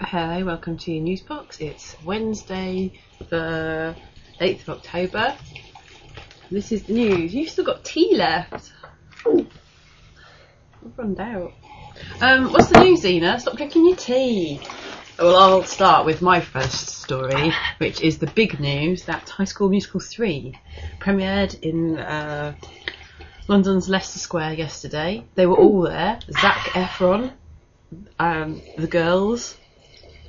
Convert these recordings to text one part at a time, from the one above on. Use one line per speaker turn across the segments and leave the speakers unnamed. Hello, welcome to Newsbox. It's Wednesday, the 8th of October. This is the news. You've still got tea left. I've run out. Um, what's the news, Zena? Stop drinking your tea. Well, I'll start with my first story, which is the big news that High School Musical 3 premiered in uh, London's Leicester Square yesterday. They were all there Zach Efron, um, the girls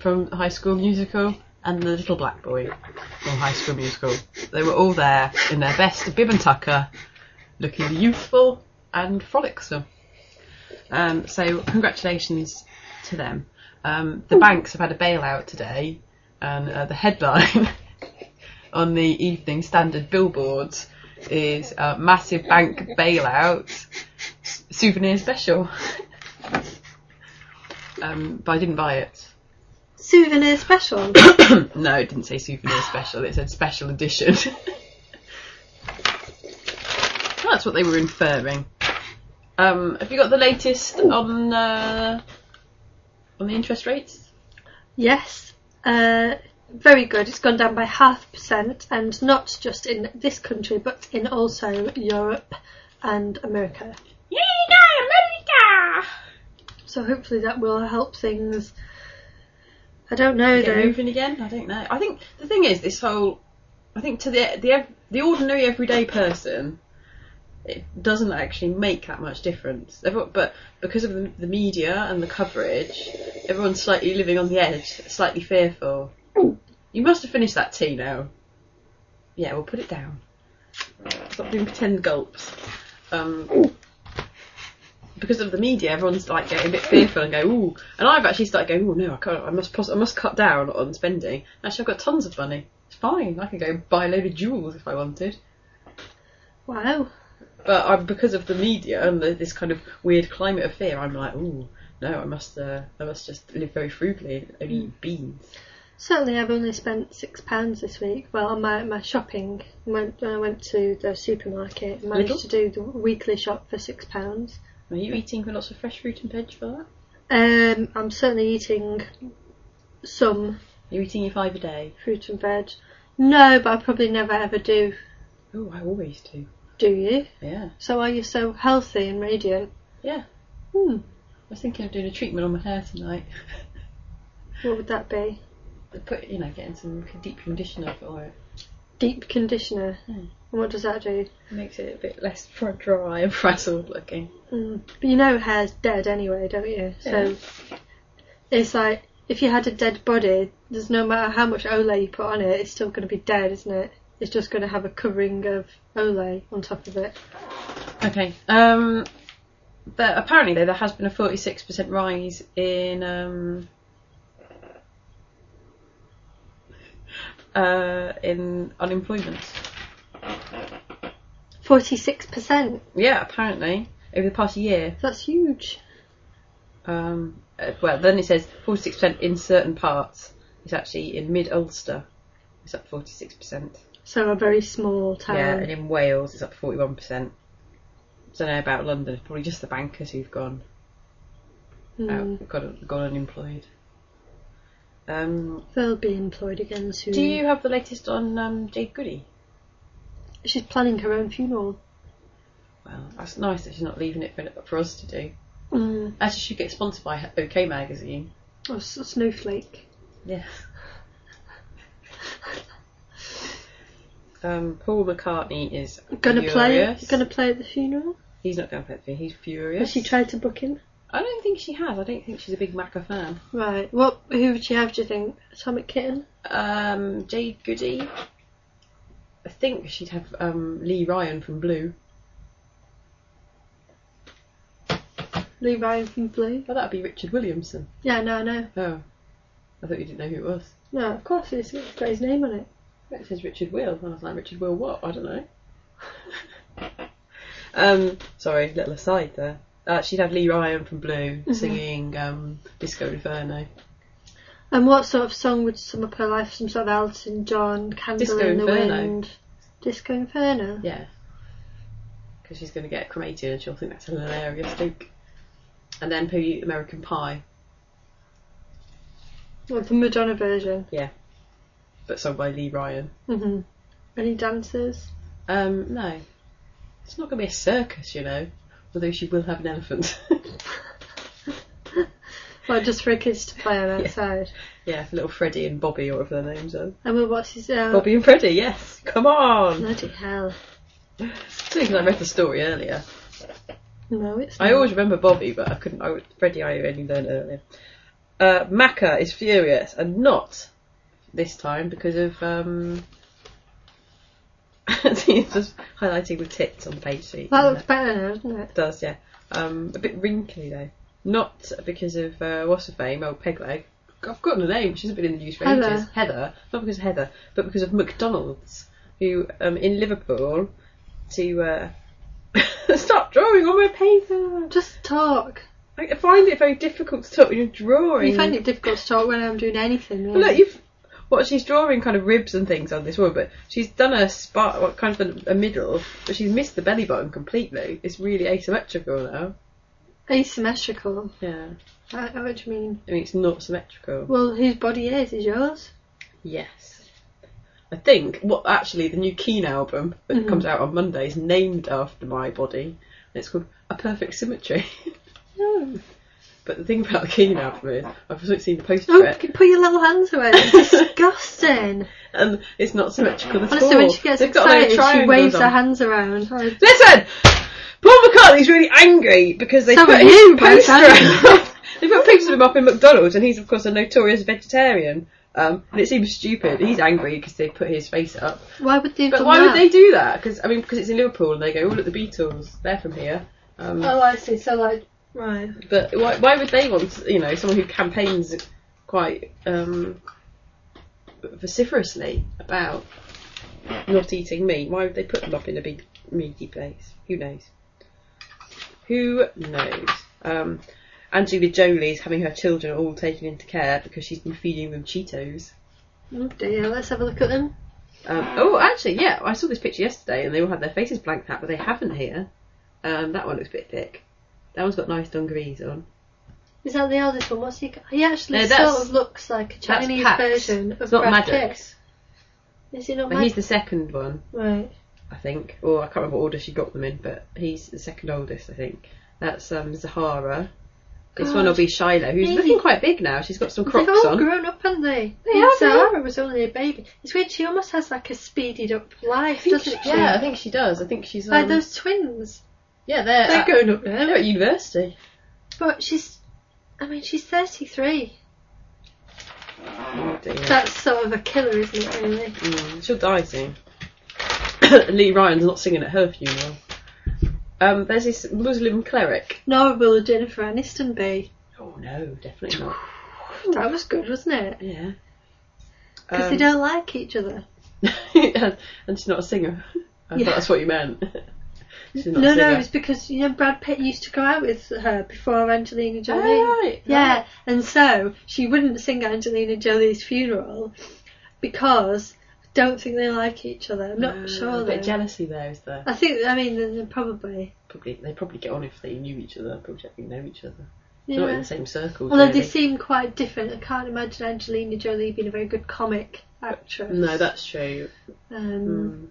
from High School Musical, and the little black boy from High School Musical. They were all there in their best bib and tucker, looking youthful and frolicsome. Um, so congratulations to them. Um, the banks have had a bailout today, and uh, the headline on the Evening Standard billboards is uh, "Massive Bank Bailout S- Souvenir Special." um, but I didn't buy it.
Souvenir special.
no, it didn't say souvenir special. It said special edition. That's what they were inferring. Um, have you got the latest on uh, on the interest rates?
yes. Uh, very good. It's gone down by half percent, and not just in this country, but in also Europe and America.
Yeah, America.
So hopefully that will help things. I don't know
Get
though.
moving again? I don't know. I think the thing is this whole. I think to the the ev- the ordinary everyday person, it doesn't actually make that much difference. Everyone, but because of the, the media and the coverage, everyone's slightly living on the edge, slightly fearful. You must have finished that tea now. Yeah, we'll put it down. Stop doing pretend gulps. Um, because of the media, everyone's like getting a bit fearful and go, ooh. And I've actually started going, ooh, no, I can't. I must, pos- I must cut down on spending. Actually, I've got tons of money. It's fine. I can go buy a load of jewels if I wanted.
Wow.
But I, because of the media and the, this kind of weird climate of fear, I'm like, ooh, no, I must, uh, I must just live very frugally and only eat beans.
Certainly, I've only spent six pounds this week. Well, on my, my shopping, when, when I went to the supermarket, I managed
Lidl?
to do the weekly shop for six pounds.
Are you eating lots of fresh fruit and veg for that?
Um, I'm certainly eating some
You're eating your five a day.
fruit and veg. No, but I probably never ever do.
Oh, I always do.
Do you?
Yeah.
So are you so healthy and radio?
Yeah.
Hmm.
I was thinking of doing a treatment on my hair tonight.
What would that be?
Put, you know, getting some deep conditioner for it.
Deep conditioner.
Hmm.
And what does that do?
Makes it a bit less fr- dry and frazzled looking.
Mm. But you know hair's dead anyway, don't you? So it's like if you had a dead body, there's no matter how much Olay you put on it, it's still going to be dead, isn't it? It's just going to have a covering of Olay on top of it.
Okay. Um, but apparently, though, there has been a 46% rise in um, uh, in unemployment.
Forty-six percent.
Yeah, apparently over the past year.
That's huge.
Um, uh, well, then it says 46% in certain parts. It's actually in Mid Ulster. It's up 46%.
So a very small town.
Yeah, and in Wales it's up forty one percent. Don't know about London. It's probably just the bankers who've gone Oh,
Mm.
out, gone, gone unemployed. Um,
They'll be employed again soon.
do you have the latest on um, Jade Goody?
She's planning her own funeral.
Well, that's nice that she's not leaving it for, for us to do.
Mm.
Actually, she gets sponsored by OK magazine.
Or s- snowflake.
Yes. um, Paul McCartney is
Gonna play.
furious.
Gonna play at the funeral.
He's not going to play. it for you, He's
Has
furious.
she tried to book him?
I don't think she has. I don't think she's a big Macca fan.
Right. What? Who would she have? Do you think? Atomic Kitten.
um, Jade Goody. I think she'd have um, Lee Ryan from Blue.
Lee Ryan from Blue.
Oh, that'd be Richard Williamson.
Yeah. No. No.
Oh, I thought you didn't know who it was.
No. Of course, it's, it's got his name on it.
It says Richard Will. And I was like, Richard Will what? I don't know. um, sorry, little aside there. Uh, she'd have Lee Ryan from Blue singing um, Disco Inferno.
And what sort of song would sum up her life? Some sort of Elton John, Candle
Disco
in the
Inferno.
Wind, Disco Inferno.
Yeah. Because she's going to get cremated and she'll think that's a hilarious joke. And then Pooh Eat American Pie.
Well, the Madonna version.
Yeah. But sung by Lee Ryan.
hmm Any dancers?
Um, no. It's not going to be a circus, you know. Although she will have an elephant.
Well, just for kids to play on
Yeah.
outside.
yeah, little Freddie and Bobby, or whatever their names are.
And we'll watch his. Uh,
Bobby and Freddie, yes. Come on.
Bloody hell.
Because I read the story earlier.
No, it's.
I
not.
always remember Bobby, but I couldn't. I, would- Freddie, I only learned earlier. Uh, Macca is furious, and not this time because of um. it's just highlighting the tits on page three.
That
isn't
looks
it?
better now, doesn't it?
It does, yeah. Um, a bit wrinkly though. Not because of uh, what's her fame, old Pegleg. I've gotten her name. She's been in the news for
Heather.
ages. Heather, not because of Heather, but because of McDonald's, who um, in Liverpool to uh, stop drawing on my paper.
Just talk.
I find it very difficult to talk when you're drawing.
You find it difficult to talk when I'm doing anything.
Well,
Really.
Look, you've what she's drawing kind of ribs and things on this one, but she's done a spot, what kind of a, a middle, but she's missed the belly button completely. It's really asymmetrical now.
Asymmetrical.
Yeah,
I, I, what do you mean?
I mean it's not symmetrical.
Well, whose body is is yours?
Yes, I think what actually the new Keen album that
Mhm.
comes out on Monday is named after my body. And it's called A Perfect Symmetry.
No.
but the thing about the Keen album is I've also seen the poster for
Oh,
it,
p- put your little hands away. It's disgusting.
and it's not symmetrical at all.
Honestly, when she gets
They've got their
excited, she
triangles
waves
on.
her hands around. I-
Listen, Paul McCartney's really angry because they
So
put
are
his
you,
poster.
Rosanna.
up- they put pictures of him up in McDonald's, and he's of course a notorious vegetarian. Um, and it seems stupid. He's angry because they put his face up.
Why would they? have
But
done
why
that?
would they do that? Because I mean, because it's in Liverpool, and they go, "Oh, look, the Beatles. They're from here." Um,
Oh, I see. So like, right.
But why, why would they want you know someone who campaigns quite um, vociferously about not eating meat? Why would they put them up in a big meaty place? Who knows? Who knows? Um, Angelina Jolie's having her children all taken into care because she's been feeding them Cheetos.
Oh dear. Let's have a look at them.
Um, oh, actually, yeah, I saw this picture yesterday, and they all had their faces blanked out, but they haven't here. Um, that one looks a bit thick. That one's got nice dungarees on.
Is that the eldest one? What's he? got? He actually
No, that's-
sort of looks like a
That's
Chinese
Pax.
version of
It's not
Brad
Maddox.
Pitt. Is he not
But he's
Maddox?
the second one,
Right.
I think. Or I can't remember what order she got them in, but he's the second oldest, I think. That's um, Zahara. This one will be Shiloh, who's
Hey.
looking quite big now. She's got some
They've
crocs
all
on.
grown up, haven't they?
They
And
have, they
Sarah was only a baby. It's weird. She almost has like a speeded up
I
life,
think
doesn't
she-
she?
yeah, I think she does. I think she's um,
Like those twins.
yeah, they're
They're
at-
grown up now.
They're at university.
But she's, I mean, she's 33.
Oh, dear.
That's sort of a killer, isn't it, really?
Mm, she'll die soon. Lee Ryan's not singing at her funeral. Um, there's this Muslim cleric.
Nor will Jennifer Aniston be.
Oh no, definitely not.
That was good, wasn't it?
Yeah.
Because
Um,
they don't like each other.
and she's not a singer. I
Yeah.
thought that's what you meant. she's not
No,
a singer.
no, it's because, you know, Brad Pitt used to go out with her before Angelina Jolie.
Oh, right,
Yeah,
right.
and so she wouldn't sing Angelina Jolie's funeral because I don't think they like each other. I'm not
Uh,
sure.
A bit
though.
jealousy there is there.
I think, I mean, they're- they're probably.
Probably they probably get on if they knew each other. Probably don't really know each other. They're Not in
Yeah.
the same circles.
Although
really.
they seem quite different. I can't imagine Angelina Jolie being a very good comic actress.
No, that's true.
Um,
Mm.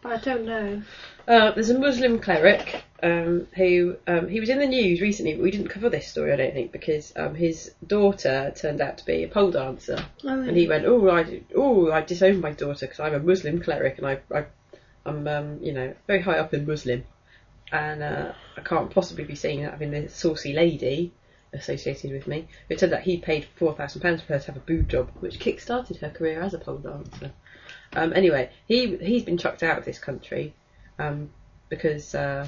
But I don't know.
Uh, there's a Muslim cleric um, who um, he was in the news recently, but we didn't cover this story, I don't think, because um, his daughter turned out to be a pole dancer,
Oh,
and he went, "Oh, I, oh, I disowned my daughter because I'm a Muslim cleric, and I, I I'm, um, you know, very high up in Muslim, and uh, I can't possibly be seen having this saucy lady." Associated with me, it turned out he paid four thousand pounds for her to have a boob job, which kick-started her career as a pole dancer. Um, anyway, he he's been chucked out of this country um, because uh,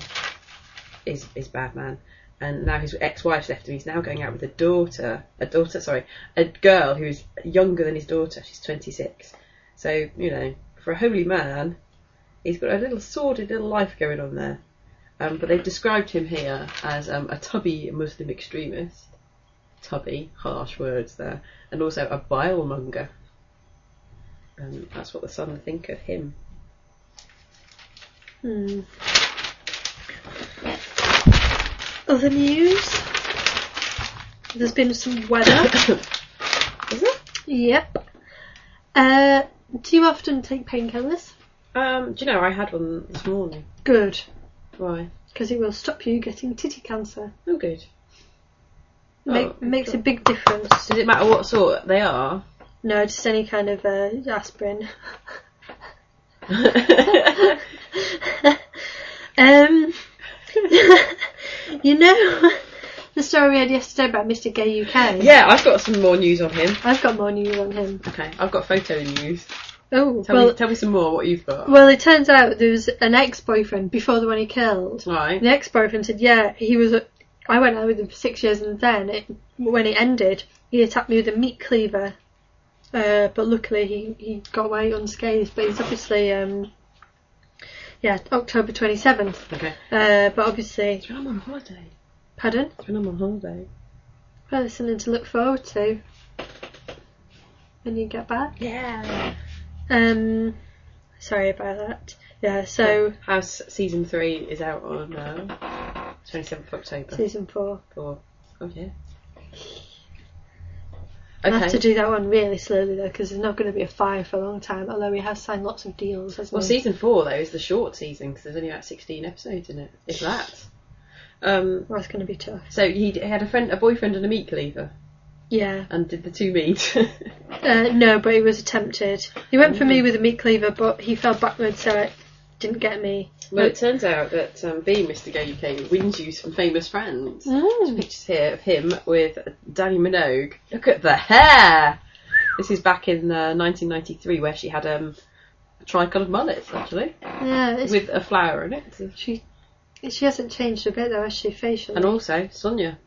he's, he's a bad man. And now his ex-wife's left him. He's now going out with a daughter, a daughter, sorry, a girl who is younger than his daughter. She's 26. So you know, for a holy man, he's got a little sordid little life going on there. Um, but they've described him here as um, a tubby Muslim extremist. Tubby, harsh words there, and also a bilemonger. Um, that's what the Sun think of him.
Hmm. Other news? There's been some weather.
Is it?
Yep. Uh, do you often take painkillers?
Um, do you know I had one this morning?
Good,
Why?
because it will stop you getting titty cancer.
Oh, good.
Make,
Oh,
makes a
sure.
big difference.
Does it matter what sort they are?
No, just any kind of uh, aspirin. um, you know the story we had yesterday about Mr. Gay UK.
yeah, I've got some more news on him.
I've got more news on him.
Okay, I've got photo news.
Oh,
Tell
well,
me, tell me some more what you've got.
well, it turns out there was an ex-boyfriend before the one he killed.
right.
The ex-boyfriend said, "Yeah, he was. A, I went out with him for six years, and then it, when it ended, he attacked me with a meat cleaver. Uh, but luckily, he he got away unscathed. But he's obviously, um, yeah, October twenty seventh.
Okay.
Uh, but obviously,
It's when I'm on holiday.
pardon.
It's when I'm on holiday.
Well, there's something to look forward to when you get back.
Yeah.
Um, sorry about that. Yeah, so
House season three is out on uh, 27th October.
season four.
Or, oh yeah.
I have
Okay.
to do that one really slowly though, because there's not going to be a fire for a long time. Although we have signed lots of deals, hasn't
Well,
he?
season four though is the short season because there's only about 16 episodes in it, if that. Um.
Well, it's going to be tough.
So he, d- he had a friend, a boyfriend, and a meat cleaver,
Yeah.
and did the two meat.
Uh, no, but he was attempted. He went for me with a meat cleaver, but he fell backwards, so it didn't get me.
well, it turns out that um, being Mr. Gay UK wins you some famous friends.
Mm.
pictures here of him with Danny Minogue. Look at the hair. This is back in uh, 1993, where she had um, a tricolored mullet, actually,
Yeah, it's,
with a flower in it.
she she hasn't changed a bit though, has she? Facially.
And also Sonia.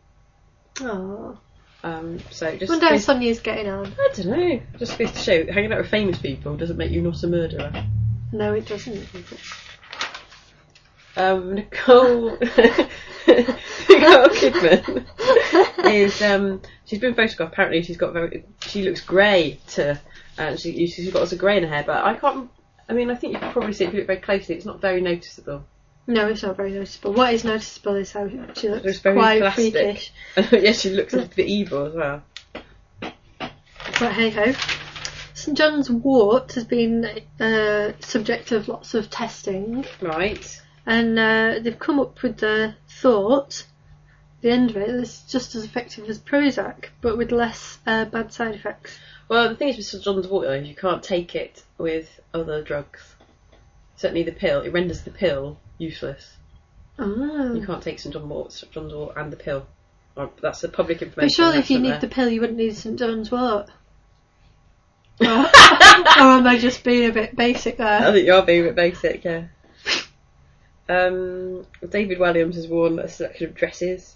Aww.
Um, so just
Wonder how
goes-
Sonia's getting on.
I don't know. Just goes to show, hanging out with famous people doesn't make you not a murderer.
No, it doesn't.
Um, Nicole, Nicole Kidman is um, she's been photographed. Apparently, she's got very. She looks grey to, and she she's got lots of grey in her hair. But I can't. I mean, I think you can probably see it if you look very closely. It's not very noticeable.
No, it's not very noticeable. What is noticeable is how she
It's
looks
very
quite
plastic.
freakish.
yeah, she looks a little bit evil as well.
But hey ho. St John's wort has been uh, subject of lots of testing,
Right.
and uh, they've come up with the thought, the end of it, it's just as effective as Prozac, but with less uh, bad side effects.
Well, the thing is with Sir John's water, you can't take it with other drugs. Certainly, the pill it renders the pill useless. You
Oh.
can't take St John's water, St John's water, and the pill. Or, that's the public information.
But surely
that's
if you
on
need
there.
the pill, you wouldn't need St John's wort. or, or am I just being a bit basic
I
there?
think you are being a bit basic, yeah. Um, David Williams has worn a selection of dresses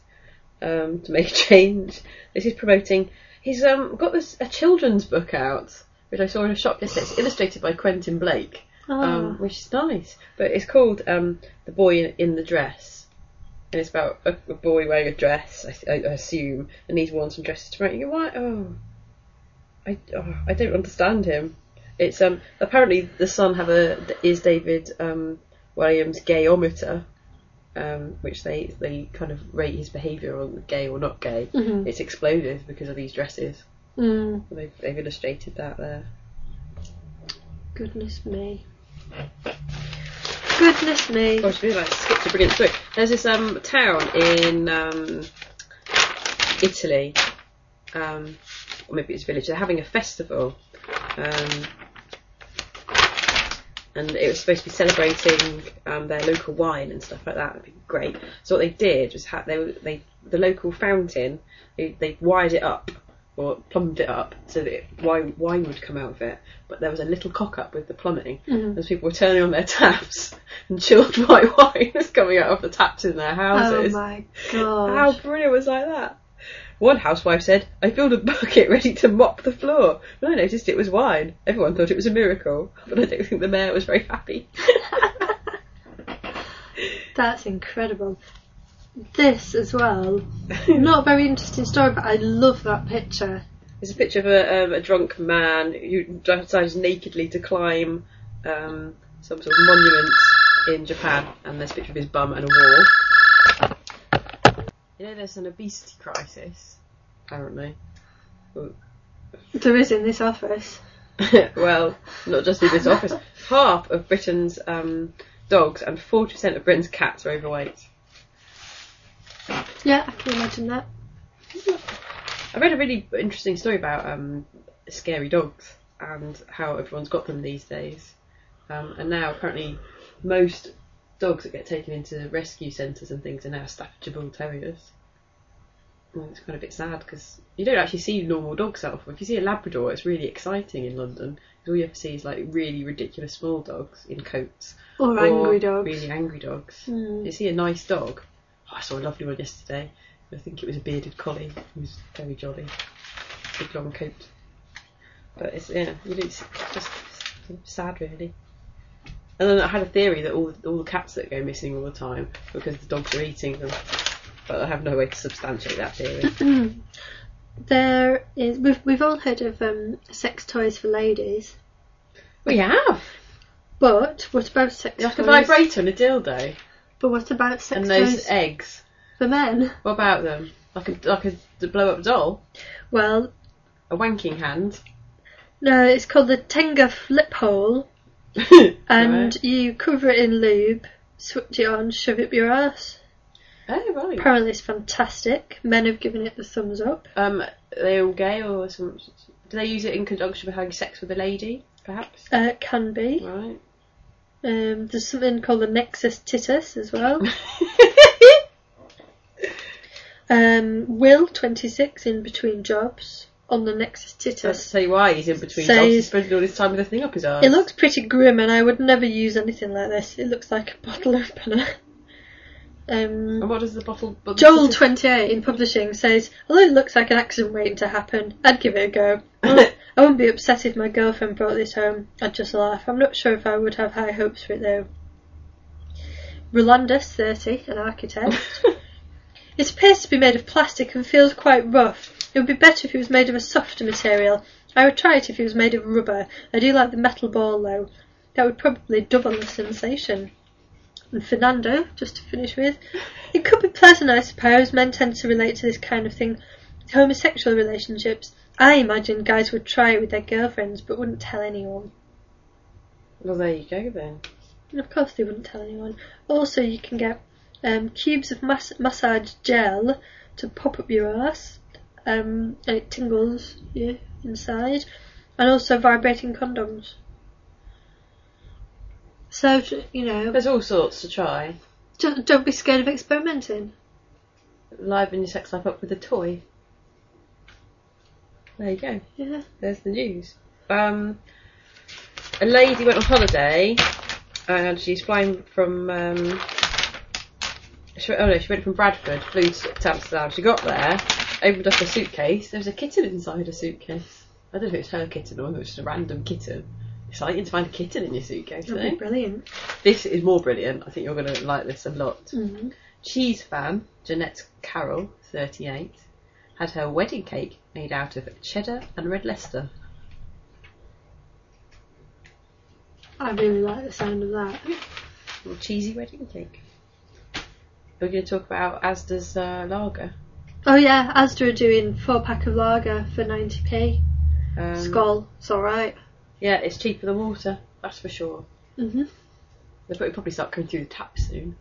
um, to make a change. This is promoting. He's um, got this a children's book out, which I saw in a shop yesterday. It's illustrated by Quentin Blake, um,
Oh.
which is nice. But it's called um, "The Boy in, in the Dress," and it's about a, a boy wearing a dress, I, th- I assume, and he's worn some dresses to promote. Why? Oh, I oh, I don't understand him. It's um apparently the Sun have a is David um Williams gayometer, um which they they kind of rate his behaviour on gay or not gay.
Mhm.
It's exploded because of these dresses.
Mm.
They've they've illustrated that there.
Goodness me. Goodness me.
Gosh, we like skipped a brilliant story. There's this um town in um Italy, um or maybe it's a village. They're having a festival, um, and it was supposed to be celebrating um their local wine and stuff like that. It'd be great. So what they did was ha- they they the local fountain they, they wired it up. Or plumbed it up so that it, wine, wine would come out of it, but there was a little cock up with the plumbing,
Mhm.
as people were turning on their taps and chilled white wine was coming out of the taps in their
Oh
houses.
my
How
god.
brilliant was like that? One housewife said, I filled a bucket ready to mop the floor. When I noticed it was wine, everyone thought it was a miracle, but I don't think the mayor was very happy.
That's incredible. This as well.
Hmm.
Not a very interesting story, but I love that picture.
There's a picture of a, um, a drunk man who decides nakedly to climb um, some sort of monument in Japan, and there's a picture of his bum and a wall. You know, there's an obesity crisis, apparently.
there is in this office.
well, not just in this office. Half of Britain's um, dogs and 40% of Britain's cats are overweight.
Yeah, I can imagine that.
I read a really interesting story about um, scary dogs and how everyone's got them these days. Um, and now, apparently, most dogs that get taken into rescue centres and things are now Staffordshire Bull Terriers. And it's kind of a bit sad because you don't actually see normal dogs that often. If you see a Labrador, it's really exciting in London 'cause all you ever see is like really ridiculous small dogs in coats
Or, angry dogs.
Really angry dogs.
Mm.
You see a nice dog. Oh, I saw a lovely one yesterday. I think it was a bearded collie. He was very jolly. Big long coat. But it's yeah, you know, it's just sad really. And then I had a theory that all all the cats that go missing all the time are because the dogs are eating them. But I have no way to substantiate that theory.
Hmm. There is we've we've all heard of um, sex toys for ladies,
we have.
but what about sex
Like a
toys?
vibrator and a dildo
But what about sex
and those
toys
eggs.
for men?
What about them? Like a like a blow up doll,
Well,
a wanking hand.
no, it's called the Tenga flip hole, and
Right.
you cover it in lube, switch it on, shove it up your ass.
oh right.
Apparently, it's fantastic. Men have given it the thumbs up.
Um, are they all gay or some? Do they use it in conjunction with having sex with a lady, perhaps?
Uh, it can be.
Right.
Um, there's something called the Nexus Titus as well. Um, Will twenty six in between jobs on the Nexus Titus.
That's tell you why he's in between
Says-
jobs. He's spending all his time with a thing up his arse.
It looks pretty grim, and I would never use anything like this. It looks like a bottle opener.
And
Um,
what does the bottle? but the
Joel
bottle-
twenty eight in publishing says, although it looks like an accident waiting to happen, I'd give it a go. I wouldn't be upset if my girlfriend brought this home. I'd just laugh. I'm not sure if I would have high hopes for it though. Rolandus thirty, an architect. It appears to be made of plastic and feels quite rough. It would be better if it was made of a softer material. I would try it if it was made of rubber. I do like the metal ball though. That would probably double the sensation. And Fernando, just to finish with. It could be pleasant, I suppose. Men tend to relate to this kind of thing. Homosexual relationships. I imagine guys would try it with their girlfriends but wouldn't tell anyone.
well, there you go then.
And of course, they wouldn't tell anyone. Also, you can get um, cubes of mas- massage gel to pop up your ass, um, and it tingles you inside, and also vibrating condoms. So j- you know,
There's all sorts to try.
don't, don't be scared of experimenting.
Liven your sex life up with a toy. There you go.
Yeah,
There's the news. Um, a lady went on holiday and she's flying from. Um, she, oh no, she went from Bradford, flew to to Amsterdam. She got there, opened up her suitcase. There was a kitten inside her suitcase. I don't know if it's her kitten or whether it's just a random kitten. Exciting to find a kitten in your suitcase,
that'd be
though.
brilliant.
This is more brilliant. I think you're going to like this a lot.
Mm.
Cheese fan Jeanette Carroll, 38, had her wedding cake made out of cheddar and red Leicester.
I really like the sound of that.
Little cheesy wedding cake. We're going to talk about Asda's uh, lager.
Oh yeah, Asda are doing four pack of lager for ninety p.
Um,
Skull, it's all right.
Yeah, it's cheaper than water, that's for sure.
Mhm.
They'll probably probably start coming through the tap soon.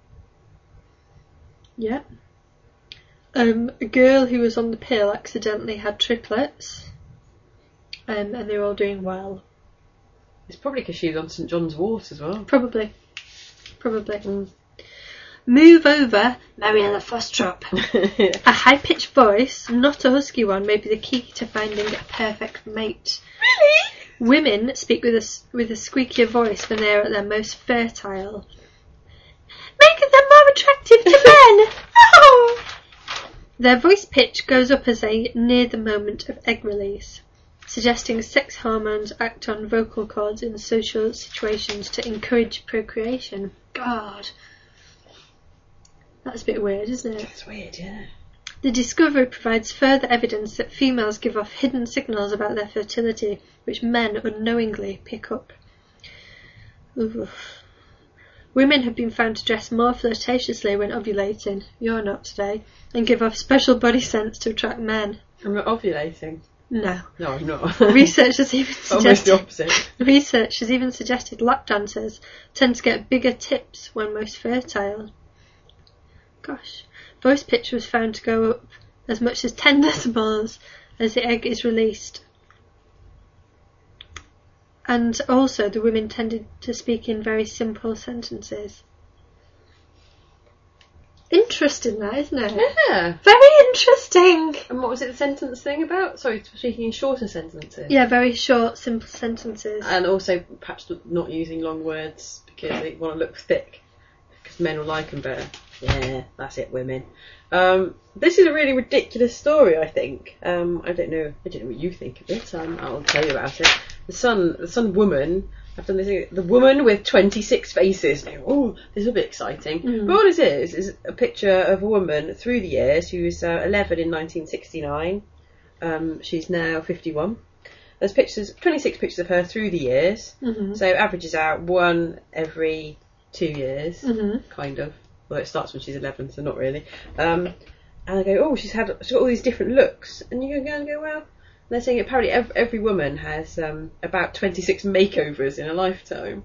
Yeah. Um, a girl who was on the pill accidentally had triplets, um, and they were all doing well.
It's probably because she's on St John's Wort as well.
Probably. Probably.
Mm.
Move over, Mariella Fostrop.
That's
A high pitched voice, not a husky one, may be the key to finding a perfect mate. Really? Women speak with a, s- with a squeakier voice when they are at their most fertile, making them more attractive to men! Oh! Their voice pitch goes up as they near the moment of egg release, suggesting sex hormones act on vocal cords in social situations to encourage procreation. God. That's a bit weird, isn't it?
weird, yeah.
The discovery provides further evidence that females give off hidden signals about their fertility, which men unknowingly pick up. Oof. Women have been found to dress more flirtatiously when ovulating, you're not today, and give off special body scents to attract men.
I'm not ovulating.
No.
No, I'm not.
Research has even
Almost the
suggested
opposite.
research has even suggested lap dancers tend to get bigger tips when most fertile. Gosh. Voice pitch was found to go up as much as ten decibels as the egg is released. And also the women tended to speak in very simple sentences. Interesting that, isn't it?
Yeah.
Very interesting.
And what was it the sentence thing about? Sorry, speaking in shorter sentences.
Yeah, very short, simple sentences.
And also perhaps not using long words because they want to look thick. Because men will like them better. Yeah, that's it, women. Um, this is a really ridiculous story, I think. Um, I don't know. I don't know what you think of it. Um, I'll tell you about it. The Sun, the Sun Woman. I've done this. Thing, the woman with twenty six faces. Now, Oh, this will be exciting. But all it is is a picture of a woman through the years who was uh, eleven in nineteen sixty nine. Um, she's now fifty one. There's pictures, twenty six pictures of her through the years.
Mm-hmm. Mm.
So averages out one every two years,
Mm-hmm.
kind of. Although it starts when she's 11, so not really. Um, and I go, oh, she's had she's got all these different looks, and you go and go, well. And they're saying apparently ev- every woman has um, about 26 makeovers in a lifetime.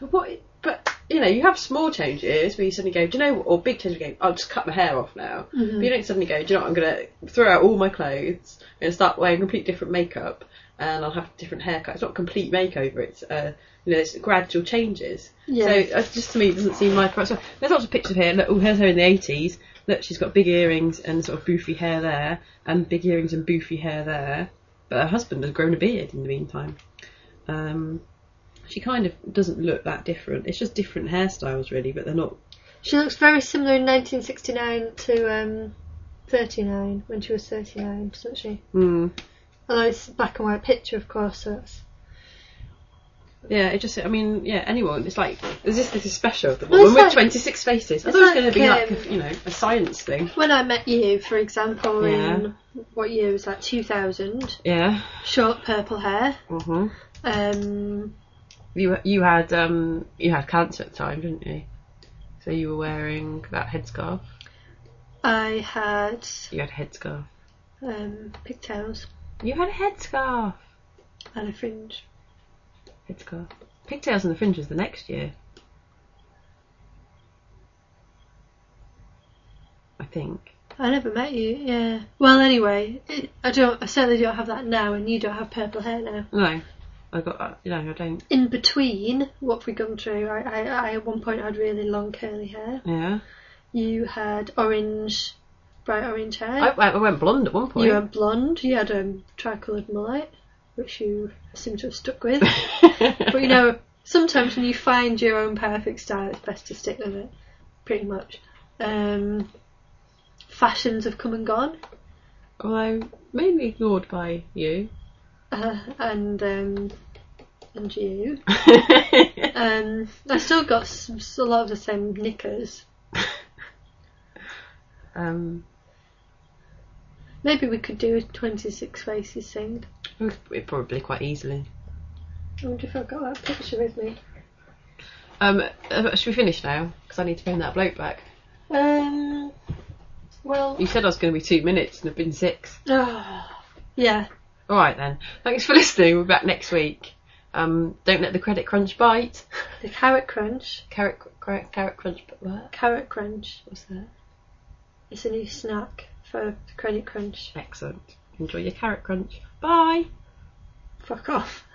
But what? But you know, you have small changes where you suddenly go, do you know, what? or big changes. where you go, I'll just cut my hair off now. But you don't suddenly go, do you know, what? I'm going to throw out all my clothes and start wearing complete different makeup, and I'll have different haircut. It's not complete makeover. It's uh, you know, it's gradual changes.
Yeah.
So uh, just to me, it doesn't seem like right. So there's lots of pictures here. Look, oh, here's her in the 80s. Look, she's got big earrings and sort of boofy hair there, and big earrings and boofy hair there. But her husband has grown a beard in the meantime. Um, she kind of doesn't look that different. It's just different hairstyles, really, but they're not.
She looks very similar in 1969 to um, 39 when she was 39, doesn't she?
Mm.
Although it's a black and white picture, of course. So that's...
Yeah, it just. I mean, yeah, anyone. It's like, is this this is special? The
Well, it's
woman with
like-
twenty six faces. I thought
it's
it was
like,
going to be like,
um,
a, you know, a science thing.
When I met you, for example, in what year was that? 2000.
Yeah.
Short purple hair.
Mhm.
Um,
You you had um you had cancer at the time, didn't you? So you were wearing that headscarf.
I had
You had a headscarf.
um, pigtails
You had a headscarf.
and a fringe.
Headscarf. Pigtails and the fringe was the next year. I think.
I never met you. Yeah. Well, anyway, it, I don't. I certainly don't have that now, and you don't have purple hair now.
No, I got. Uh, no, I don't.
In between, what have we gone through? I, I, I at one point had really long curly hair.
Yeah.
You had orange, bright orange
I,
hair.
I I went blonde at one point.
you were blonde. You had um, tricoloured mullet, which you seem to have stuck with. but you know, sometimes when you find your own perfect style, it's best to stick with it, pretty much. Um, fashions have come and gone,
Although mainly ignored by you.
uh, and um, and you.
I
Um, I still got s s- a lot of the same knickers.
um,
Maybe we could do a 26 faces thing.
it was- it probably quite easily.
I wonder if I've got that picture with me.
Um, uh, should we finish now? Because I need to phone that bloke back.
Um, well,
You said I was going to be two minutes and I've been six.
ah, yeah.
All right then. Thanks for listening. We'll be back next week. Um, don't let the credit crunch bite.
The carrot crunch.
Carrot, carrot, carrot crunch. What?
Carrot crunch.
What's that?
It's a new snack for credit crunch.
Excellent. Enjoy your carrot crunch. Bye.
Fuck off.